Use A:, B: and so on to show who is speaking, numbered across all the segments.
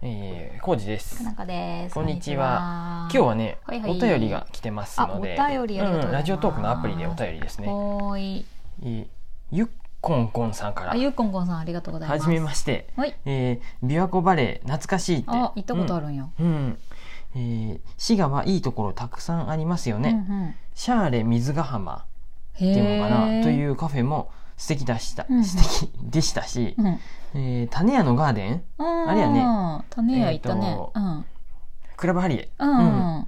A: えー、コージです
B: か。なかです。
A: こんにちは今
B: こんにち
A: 日はね、
B: はいはい
A: お便りが来てますので、
B: あお便りありがとうございます
A: んラジオトークのアプリでお便りですね。
B: はーい。
A: えーゆっこんこんさんから
B: あ、、ゆうこんこんさん、ありがとうございま
A: は
B: す。
A: じめまして、
B: はい。
A: えー、琵琶湖バレー懐かしいって。
B: あ、行ったことあるんよ。
A: うん。うんえー滋賀はいいところたくさんありますよね、
B: うんうん。
A: シャーレ水ヶ浜
B: へ
A: っ
B: え。。
A: ていうのかなといううカフェも素敵だした、
B: うん
A: 素敵でしたし、
B: うん。
A: えー種屋のガーデン
B: あ
A: あれやね。
B: 種屋行った
A: えー
B: ね。
A: と
B: うん。
A: クラブハリエ、
B: うん。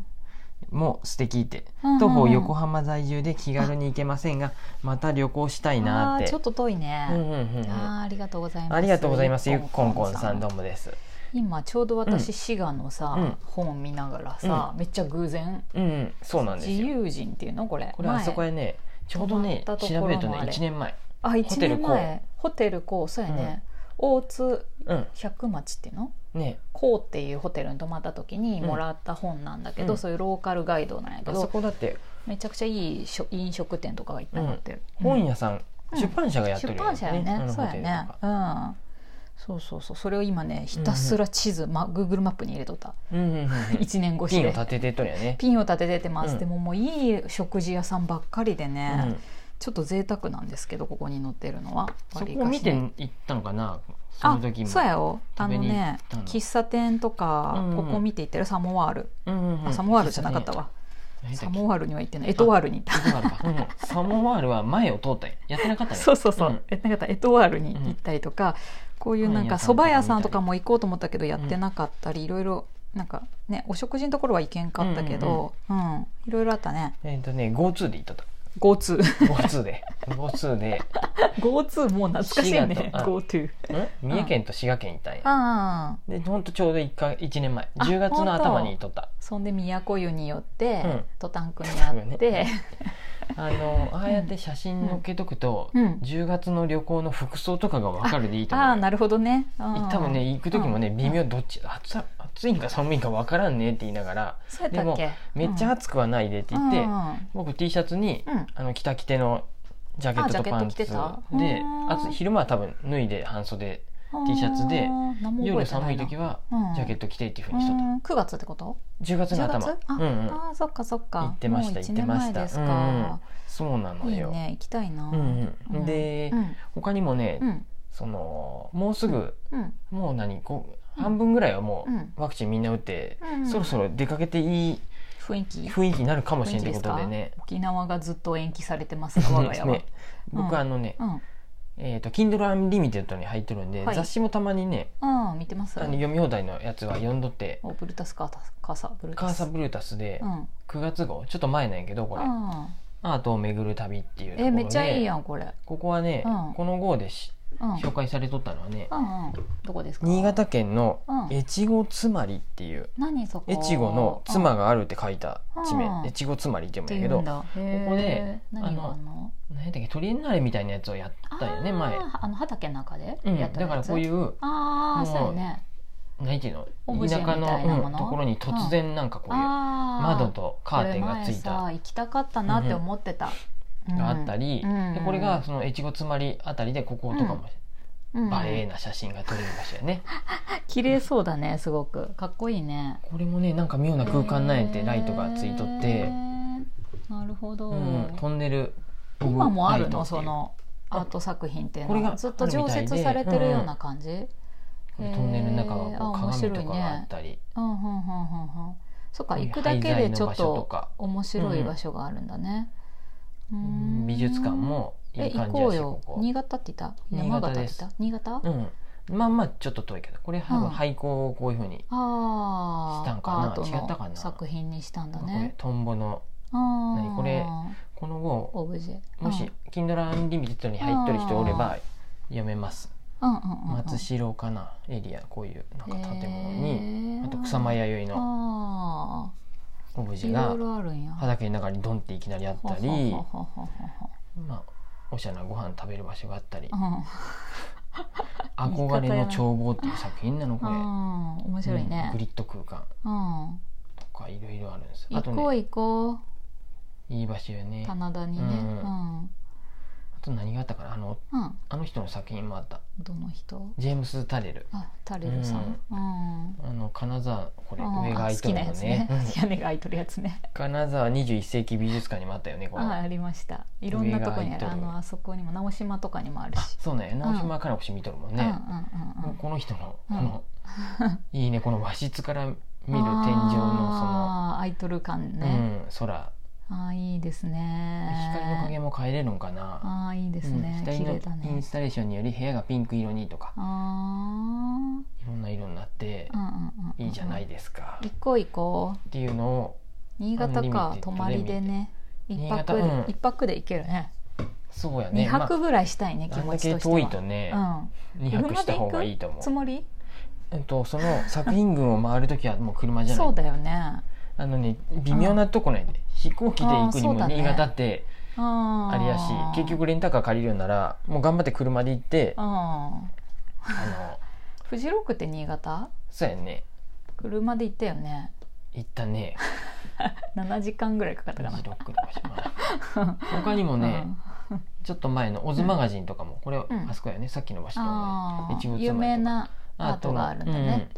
A: も素敵って、
B: うんうんうん
A: 徒歩横浜在住で気軽に行けませんがまた旅行したいなー
B: あ
A: っ
B: ー
A: て
B: ちょっと遠い
A: うんうん
B: ね。
A: うんうん
B: あーありがとうございます。
A: ありがとうございますゆっこんこんさんど
B: ど
A: うもです
B: 今ちょうど
A: う
B: 私滋賀の
A: う
B: さ
A: ん
B: 本見ながらさめっちゃ偶然
A: うんうんそうなんです
B: 自
A: よ
B: 由人っていうのこれ
A: これあそこへねちょうどね
B: 泊まったとこ
A: 調
B: ろも
A: べるとね
B: あれ
A: 1年前
B: あ一
A: テル
B: 年前ホテルこうそうやね、大津
A: うん
B: 百町っていうの
A: ね
B: こうっていうホテルに泊まった時に
A: うん
B: もらった本なんだけど、
A: うん
B: そういうローカルガイドなんやけ
A: あそ
B: ど
A: こだって
B: めちゃくちゃいいしょ飲食店とかがいっぱい載ってる、うん
A: 本屋さん、
B: うん
A: 出版社がやってる
B: 出版社やね、
A: ん
B: そう
A: ホテル
B: や
A: と
B: ね
A: か
B: うんそうそうそうそれを今ねひたすら地図、ま、Google マップに入れとった、
A: うんうんうんうん
B: 一年越し
A: ピンを
B: で
A: 立ててとるよね
B: ピンを立てててます、
A: うん
B: でももういい食事屋さんばっかりで
A: う
B: ね、
A: ん
B: ちょっと贅沢なんですけどここに載ってるのは
A: そ
B: 割
A: こを
B: かしね
A: 見ていったのかなそ
B: あ
A: の時も
B: そうやよあ
A: 食べ
B: の
A: に行っ
B: ね
A: たの
B: 喫茶店とか、
A: うんうん
B: ここ見ていってるサモワール、
A: うんうんうん
B: あサモワールじゃなかったわ、サモワールには行ってないエトワールに行っ
A: サモワールかうんサモワールは前を通ったんややってなかった
B: た
A: ね
B: そうそうそう、
A: ん
B: えなんかエトワールに行ったりとか、こういうなん
A: パ
B: か蕎
A: ン屋さんとか
B: 麦屋さんとかも行こうと思ったけどやってなかったり、いろいろなんかねお食事のところは行けんかったけど、うんいろいろあったね
A: えっとね GoTo で行ったと
B: GoTo
A: GoTo で GoTo で
B: GoTo もう懐かしいよ
A: 滋
B: ね
A: 賀と
B: GoTo
A: ん三重県と滋賀県行ったんや
B: ああ
A: でほんとちょうど1か一年前
B: あ
A: 10月
B: ほんと
A: の頭に行っとった
B: そんで都湯によって、
A: うん
B: トタンクになっ
A: トタンク
B: て、
A: ねあのああやって写真載っけとくと
B: うん
A: 10月の旅行の服装とかが分かるでいいと思
B: ああ
A: うよ
B: なるほどね、うん
A: 多分ね行く時もね
B: うん
A: 微妙どっち暑さ暑いんか寒いんか分からんねって言いながら
B: そうやったっけ
A: めっちゃ暑くはないでって言って僕 T シャツに
B: うん
A: あの着た着てのジャケット
B: あ
A: とパンツ
B: ジャケット着て
A: で
B: たうん
A: あと昼間は多分脱いで半袖
B: うん
A: T シャツで
B: 何も覚え
A: 夜
B: てな
A: 寒い
B: な
A: 時は
B: うん
A: ジャケット着てっていうふうにしとった
B: うん9月ってこと
A: 10月の
B: 10月
A: 頭
B: あ、
A: うんうん
B: あーそっかそっか
A: 行ってました行
B: もう一
A: って
B: 年
A: ま
B: 前
A: した
B: です
A: うんうん
B: か、
A: そうなの
B: いい
A: よ
B: ね行きたいな、
A: うんうんで
B: うん
A: 他にもね
B: うん
A: そのもうすぐ
B: うん
A: もう何こう
B: うん
A: 半分ぐらいはも
B: うん
A: うワクチンみんな打って
B: うん
A: そろそろ出かけていい
B: 雰囲気
A: 雰囲気になるかもしれんっ
B: 雰
A: て
B: 囲気で
A: こ
B: すか
A: とでね
B: 沖縄がずっと延期されてますが我が家は、
A: ね僕
B: うん
A: あのね
B: うん
A: えーと Kindle Unlimited に入ってるんで
B: はい
A: 雑誌もたまにね
B: あー見てます
A: あの読み放題のやつは読んどって
B: おブルータスカータスカーサブ
A: 「
B: ルー
A: カ
B: タ
A: ー
B: ス
A: サブルータス」で
B: うん
A: 9月号ちょっと前なんやけどこれ
B: あ
A: 「アートを巡る旅」っていう
B: ー
A: とこ
B: え
A: ろ
B: めっちゃいい
A: で
B: やんこれ
A: ここはね
B: うん
A: この号でし
B: うん
A: 紹介されとったのはね
B: うんうんどこですか
A: 新潟県の
B: うん
A: 越後つまりっていう
B: 何そこ
A: 越後の妻があるって書いた地
B: うん
A: 名越後つまりって
B: っ
A: 読
B: て
A: むんやけ
B: いう
A: ど
B: んだこ
A: こで
B: 何があんの
A: 何やったっけトリエンナーレみたいなやつをやったよね
B: あー
A: 前
B: あの畑の中で
A: うん
B: やってる
A: だ
B: やつ
A: からこういう
B: ああそうよね
A: 何ていう
B: オ
A: の
B: ブジェ
A: 田
B: み
A: 舎
B: たいなもの
A: のうんところに突然なんかこういう窓
B: 窓
A: とカーテンがついた
B: 行きたかったなって思ってた
A: があったり、
B: うん
A: でこれがその越後つまりあたりでこことかも、バレエ
B: な
A: な写真が撮れる場所やね、
B: 綺麗そうだねすごくかっこいいね
A: これもねなんか妙な空間なんやってライトがついとっ
B: へ
A: て、
B: ーなるほど
A: うん、トンネル
B: 今もある
A: ライト
B: の
A: ってい
B: そうのアート作品っていう
A: これ
B: の
A: が
B: はずっと常設されてるような感じ
A: これトンネルの中がこう
B: へーあ面白
A: 鏡
B: いね
A: とかがあったり、
B: うんうんうんうんうんそっ
A: こ
B: か
A: ういう
B: 行くだけでち
A: 廃材の
B: ょっ
A: 場所と
B: と
A: か
B: 面白い場所があるんだね、うーん
A: 美術館もい
B: え
A: い感
B: 行
A: じ
B: こ
A: や
B: う
A: し
B: よ
A: ここ
B: 新潟って言った
A: 新
B: 山
A: 潟
B: 形っ
A: で
B: て
A: す
B: 言った新潟、
A: うん、まあまあちょっと遠いけどこれ多
B: う
A: 分
B: ん
A: 廃校をこういうふうに、
B: あ
A: したん
B: あ
A: かな
B: アート
A: 違ったか
B: の
A: な
B: 作品にしたんだ
A: これ
B: ね
A: トンボの
B: あー
A: 何これこの後
B: オブジェ
A: もし Kindle Unlimited に入っとる人おれば読めます
B: うんうんうんうん
A: 松代かなエリアこういうなんか建物に、
B: へー
A: あと草間弥生の
B: あ
A: オブ
B: ー
A: ジェ
B: いろ
A: が
B: いろあるんや
A: 畑の中にドンっていきなりあったり
B: ほほほほほ
A: まあおしゃれなご飯食べる場所があったり
B: ほ
A: 「憧れの眺望」っていう作品なの
B: う
A: これ、
B: ん、うん、面白い
A: うん
B: ね
A: グ、リッド空間
B: うん、
A: とかいろいろあるんですよあ
B: 行
A: と
B: こう
A: ね
B: 行こう
A: いい場所よね
B: 棚田にね、
A: う
B: うんん
A: うんと何があったかなあの
B: うん
A: あの人の作品もあった
B: どの人
A: ジェームス・タレル
B: あタレルさん、うん
A: あの金沢これ
B: あ
A: 上が
B: あ
A: 開い
B: 好
A: てる
B: きな
A: の
B: や
A: ね
B: つ ね
A: うん
B: 屋根が開いとるやつね
A: 金沢21世紀美術館にもあったよねこれ
B: ああ
A: あ
B: りましたいろんなとこに
A: 上が開い
B: あ
A: と
B: る
A: る
B: あのあそこにも直島とかにもあるし
A: そうね直島かなこし見とるもん
B: うんうん
A: ね、
B: うんうん
A: この人のこ
B: うん
A: の、いいねこの和室から見る天井の
B: あーアイドル感
A: その、
B: ね、
A: うん、空
B: ああいいですね
A: 光の加減も変えれるのかな、
B: ああいいですね、
A: うん
B: 綺麗
A: 光
B: だ
A: のイン
B: ね
A: スタレーションにより部屋がピンク色にとか
B: ああ
A: いろんな色になって
B: ー、うんうんうん
A: いいじゃないですか、
B: 行こう行こう
A: っていうのを
B: 新潟か泊まりでね
A: リ
B: 一
A: ミテッド
B: 泊
A: で
B: で
A: 新潟うん
B: 一泊で行けるね
A: そうや
B: 二
A: ね
B: 泊ぐらいしたいね、
A: まあ
B: 気
A: あんだ
B: 持ち
A: け
B: としては
A: 遠いとね、2
B: うん、
A: 泊した方がいいと思
B: 車で行くつ
A: う、
B: もり
A: えっと、その作品群を回る時はもう車じゃない
B: そうだよね
A: あのね微妙なとこね、飛行機で行くに
B: あーそう
A: も
B: だね
A: 新潟って
B: あ
A: ありやし、結局レンタカー借りるんならもう頑張って車で行ってあ
B: あ
A: の
B: フジロックって新潟
A: そうやね
B: 車で行ったよね
A: 行ったね
B: 7時間ぐらいかかっ
A: フ
B: たかな
A: ジロックの場所ま あ他にもね、ちょっと前のオズマガジンとかもこれ、
B: ん
A: あそこやねさっきの場所と
B: あ
A: 同じ
B: ー
A: 越後
B: 有
A: 妻
B: 名
A: とか
B: なアートがあるんだ
A: うんう
B: ね
A: ん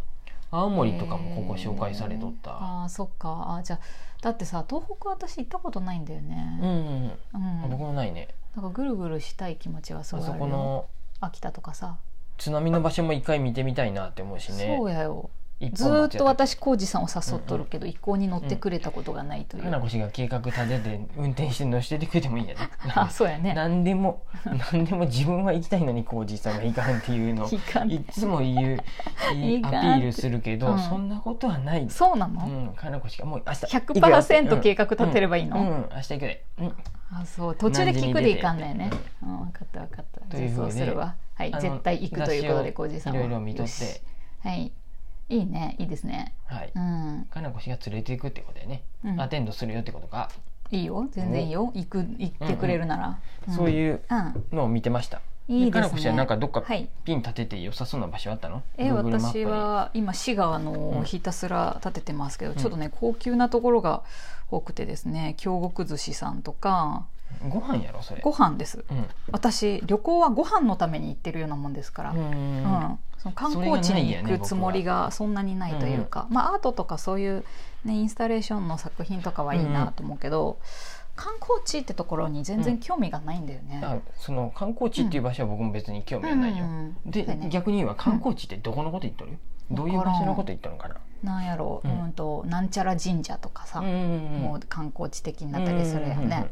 A: 青森とかもここ紹介されとった、
B: へーあーそっかあーじゃあだってさ東北私行ったことないんだよ
A: うん
B: ね、
A: うんうん
B: うん
A: あ僕もないね
B: なんかぐるぐるしたい気持ちはす
A: あ
B: ごいあ
A: そ
B: るよ
A: この
B: 秋田とかさ、
A: 津波の場所も一回見てみたいなって思うしね
B: そうやよ
A: 一
B: ず
A: 本
B: ー
A: 松
B: っと
A: やった
B: 私浩二さんを誘っとるけど、一向に乗ってくれたことがないという、
A: 花子氏が計画立てて運転して乗せてくれてもいいんやね
B: あそうやね
A: 何でも何でも自分は行きたいのにこうじいさんが行かんっていうの
B: いかん
A: いつも言うい
B: い
A: ア
B: か
A: ピ
B: ん
A: ールするけど、
B: うん
A: そんなことはない
B: そうな
A: う
B: の、
A: ん花子氏がもう明日行くよって
B: 100%計画立てればいいの、
A: うん、うん明日行くで、うん
B: あそう途中で聞くでいかんのよね
A: 何時に出て。
B: うん、分かった分かった。
A: と
B: じ
A: いう
B: ゃあ
A: ふう
B: そう
A: に
B: するわ。はい
A: あの
B: 絶対行くということ
A: 雑誌
B: で
A: を
B: 浩二さん
A: い
B: は。
A: ろいろ見とっ。
B: よしてはい。いいねいいですね。
A: はい
B: うん、
A: 花子氏が連れて行くってことだよね、
B: うん
A: アテンドするよってことか、
B: いいよ全然いいよ行く行ってくれるなら。ん
A: そういう
B: うん
A: のを見てました
B: いいで
A: 花
B: す
A: 子氏
B: ね。
A: はなんかどっか
B: はい。
A: ピン立てて良さそうな場所あったの
B: え
A: Google マップ
B: 私
A: に
B: は今滋賀
A: う
B: の
A: ん
B: ひたすら建ててますけど、
A: ん
B: ちょっとね高級なところが多くてですね京極寿司さんとか
A: ご飯やろそれ
B: ご飯です
A: うん
B: 私旅行はご飯のために行ってるようなもんですから、うん、その観光地に行くつもりがそんなにないというか、まあ、アートとかそういう、ね、インスタレーションの作品とかはいいなと思うけど、観光地ってところに全然興味がないんだよね。
A: あその観光地っていう場所は僕も別に興味はないよ、
B: うん
A: で、
B: そうやね
A: 逆に言えば観光地ってどこのこと言っとる、
B: うん
A: どういう場所のこと言っとるのかな
B: なんやろう、
A: う
B: うんん、となんちゃら神社とかさ、もう観光地的になったりするよね。
A: うんうんうんうん
B: 何があ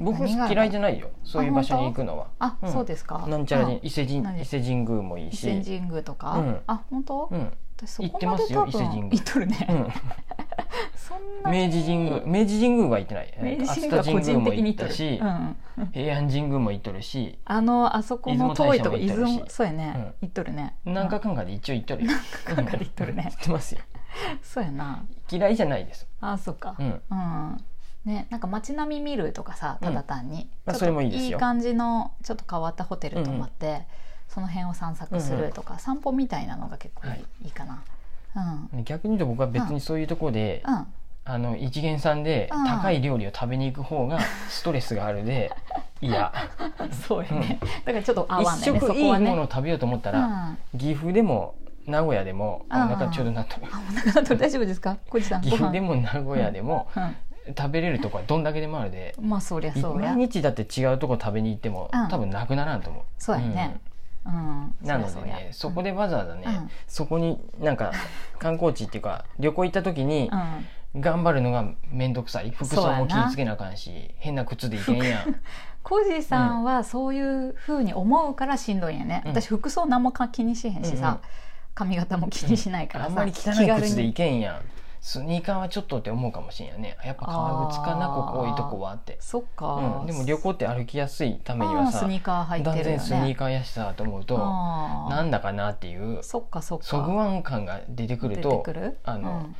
A: 僕
B: る
A: 嫌いじゃないよそういう場所に行くのは
B: あ、
A: うん
B: そうですか。
A: なんちゃら神
B: あ
A: 伊勢
B: 何
A: 神伊
B: で
A: 勢神宮もいい
B: 伊
A: し
B: 勢神宮とか、
A: うん
B: あ本当、
A: うん
B: 私そ
A: 行っ
B: こ
A: て
B: ま
A: ま
B: です
A: よ
B: 多分
A: 伊勢神宮
B: 行っとるね、
A: う、
B: そんなん
A: 明治神 宮明治神宮は行ってない
B: 明治神
A: 熱
B: 宮は
A: 田
B: 個人
A: も
B: 的
A: 行っ
B: に行っと
A: た
B: る、
A: し、
B: うん、
A: 平安神宮も行っとるし
B: あのあそこの遠いとこ
A: 出
B: 出
A: 雲大社も行っとるし
B: 雲そうやね、行っとるね
A: 何かかんかで一応行っとるよ
B: かんかで行っとるね
A: うん行ってますよ
B: うんそうやな
A: 嫌いじゃないです
B: あそっか
A: うん
B: うんねなんか街並み見るとかさただ単に、
A: まあ
B: ちょっと
A: それもいいですよ
B: いい感じのちょっと変わったホテル泊まって、その辺を散策するとか、散歩みたいなのが結構いい,、
A: はい
B: い、いかなうん
A: 逆に言うと僕は別にそういうところで、
B: うん
A: あの一元さんで
B: うん
A: 高い料理を食べに行く方がストレスがあるで嫌
B: そうやね、だからちょっ と合わ
A: 一
B: ないねそ
A: 食いい
B: こ
A: も
B: はね
A: のを食べようと思ったら、岐阜でも名古屋でも
B: うん
A: あなんかちょうどなっとる
B: うん、お腹が取れ大丈夫ですか小路さん
A: 岐
B: ご
A: 阜
B: 飯
A: でも名古屋でも食べれるとこはどんだけでもあるで
B: うん、まあそりゃそうや
A: 毎日だって違うとこ食べに行っても、
B: うん
A: 多分なくならんと思う
B: そうやね、うん
A: うんなので
B: りゃ
A: ね
B: うや
A: そこでわざわざね、
B: うん
A: そこになんか観光地っていうか旅行行った時に
B: うんうん
A: 頑張るのが面倒くさい服装も気
B: そうやな
A: ぃつけなあかんし変な靴でいけんや ん
B: コージさんはそういうふうに思うからしんどいんやね、
A: うん
B: 私服装何もか気にしへんし
A: うんうん
B: さ、髪型も気にしないから
A: あ
B: さ、
A: んまり汚
B: 気
A: い
B: 軽
A: 靴でい
B: に
A: けんやんスニーカーはちょっとって思うかもしれんやねやっぱ革靴かな
B: あー
A: ここ多いとこはって、
B: そっか、
A: うん、でも旅行って歩きやすいために
B: あ
A: は
B: ース
A: さ
B: ニーカー履い
A: 断
B: てるよね
A: 然スニーカーやしさと思うと
B: あー
A: なんだかなっていう
B: そっかそっか
A: そぐわん感が出てくる
B: 出
A: と
B: てくる
A: あの
B: うん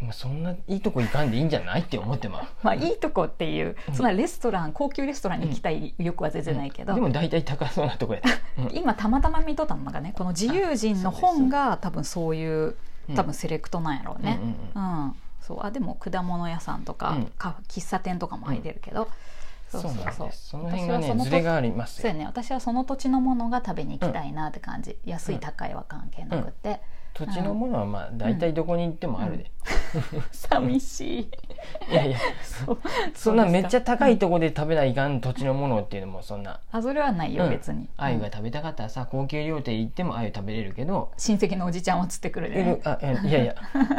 A: まあそんないいとこ行かんでいいんじゃないって思ってま
B: まあいいとこっていう、そんなレストラン高級レストランに行きたい欲は全
A: う
B: 然ないけど、
A: でも大体高そうなとこやった、 うん
B: 今たまたま見とったのがねこの自由人の本が多分そういう
A: うん
B: 多分セレクトなんやろうね、
A: うんうん
B: うんそうあでも果物屋さんとか,
A: うん
B: か、喫茶店とかも入ってるけど、そうそう
A: なん
B: そう
A: ですその辺が
B: 私はそ
A: ね
B: の
A: ズレがあります
B: そう
A: よ
B: やね私はその土地のものが食べに行きたいなって感じ、安い高いは関係なくて、
A: 土地のものはまあ大体どこに行ってもあるで、
B: 寂しい
A: いやいや
B: そう
A: そんなめっちゃ高
B: う
A: い
B: ん
A: とこで食べないかん土地のものっていうのもそんな
B: あそれはないよ、別に
A: 鮎
B: う
A: が
B: ん
A: 食べたかったらさ高級料亭行っても鮎食べれるけど、
B: 親戚のおじちゃんは釣ってくるで、
A: え
B: ね
A: あえい やいや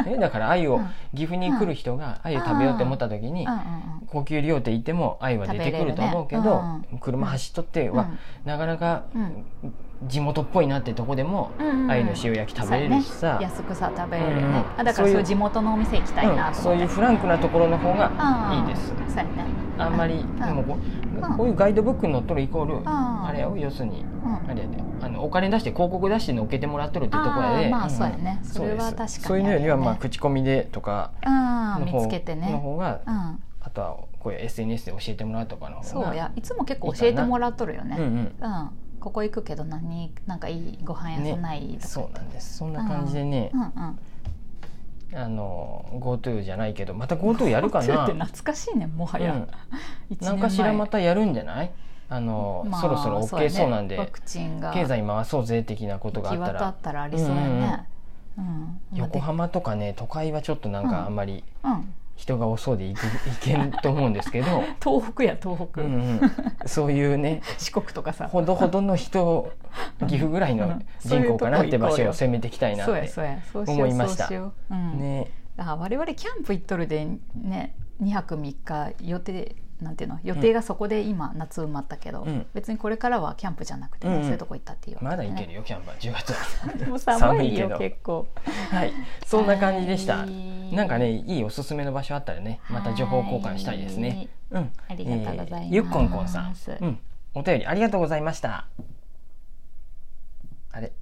A: えだから鮎
B: う
A: を
B: ん
A: 岐阜に来る人が鮎食べようって思った時に
B: うんうんうん
A: 高級料亭行っても鮎は出てくると思うけ
B: 食べれ
A: ど
B: るね
A: 車走っとって
B: う
A: は
B: ん
A: なかなか
B: うん
A: 地元っぽいなってとこでも
B: うんうん
A: 鮎の塩焼き食べれるしさ
B: そうやね、安くさ食べれるよね、
A: うんうん
B: あだから
A: そういう
B: そういう地元のお店行きたいな
A: うん
B: と
A: そうい
B: 思
A: う
B: って、
A: フランクなところの方がいいです
B: そうやね
A: あんまり
B: ん
A: でもこ
B: うん
A: うこういうガイドブックに載っとるイコール
B: ん
A: あれを要するに
B: うん
A: あれやであのお金出して広告出して乗っけてもらっとるってとこや
B: あ
A: で
B: ーまあ
A: ん
B: そうやねそれは
A: うです
B: 確かに
A: そういうのより
B: あ
A: は
B: るよね
A: まあ口コミでとか
B: あー
A: の方
B: 見つけて
A: の
B: ね、
A: 方が
B: うん、
A: あとはこういう SNS で教えてもらうとかの方が
B: そうやいつも結構教えてもらっとるよね
A: うんうん
B: うん、ここ行くけど何なんかいいご飯屋さんない、とか
A: そうなんですそんな感じでね
B: うんうん
A: あの GoTo じゃないけどまた GoTo やるか
B: そうや
A: な
B: って懐かしいねもは
A: う
B: や
A: ん、
B: 一年
A: な
B: 前
A: んかしらまたやるんじゃないあの、
B: まあ
A: そろそろ OK そうなんで、
B: やねワクチンが
A: 経済回そうぜ的なこと
B: 行
A: があ
B: き
A: った
B: 渡っ
A: ら
B: たらありそうやね、うん
A: 横浜とかね都会はちょっとなん
B: うん
A: かあんまり
B: うん
A: 人が多そうで行け,、んと思うんですけ ど、
B: 東北や東
A: う
B: 北、
A: んうん、そういうね
B: 四国とかさ
A: ほどほどの人岐阜ぐらいの人口かなって場所を攻めていきたいなっ
B: そうや
A: て
B: そうやそうしよう
A: 思いました
B: そうしよう、うん
A: ね
B: あ我々キャンプ行っとるでね2泊3日予定なんていうの予定がそこで今夏埋まったけど、
A: うん
B: 別にこれからはキャンプじゃなくて、ね
A: うんうん
B: そういうとこ行ったっていうわけ
A: まだ行
B: ね
A: けるよキャンパー10月 は
B: で も寒い
A: 寒いけ
B: よ
A: ど
B: 結構
A: はいそんな感じでした
B: はい
A: なんかねいいおすすめの場所あったらねまた情報交換したいですねうん
B: ありがとうございます
A: ゆっこんこんさん、うん、お便りありがとうございましたあれ